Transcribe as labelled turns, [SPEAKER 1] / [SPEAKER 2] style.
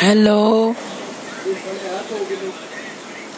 [SPEAKER 1] hello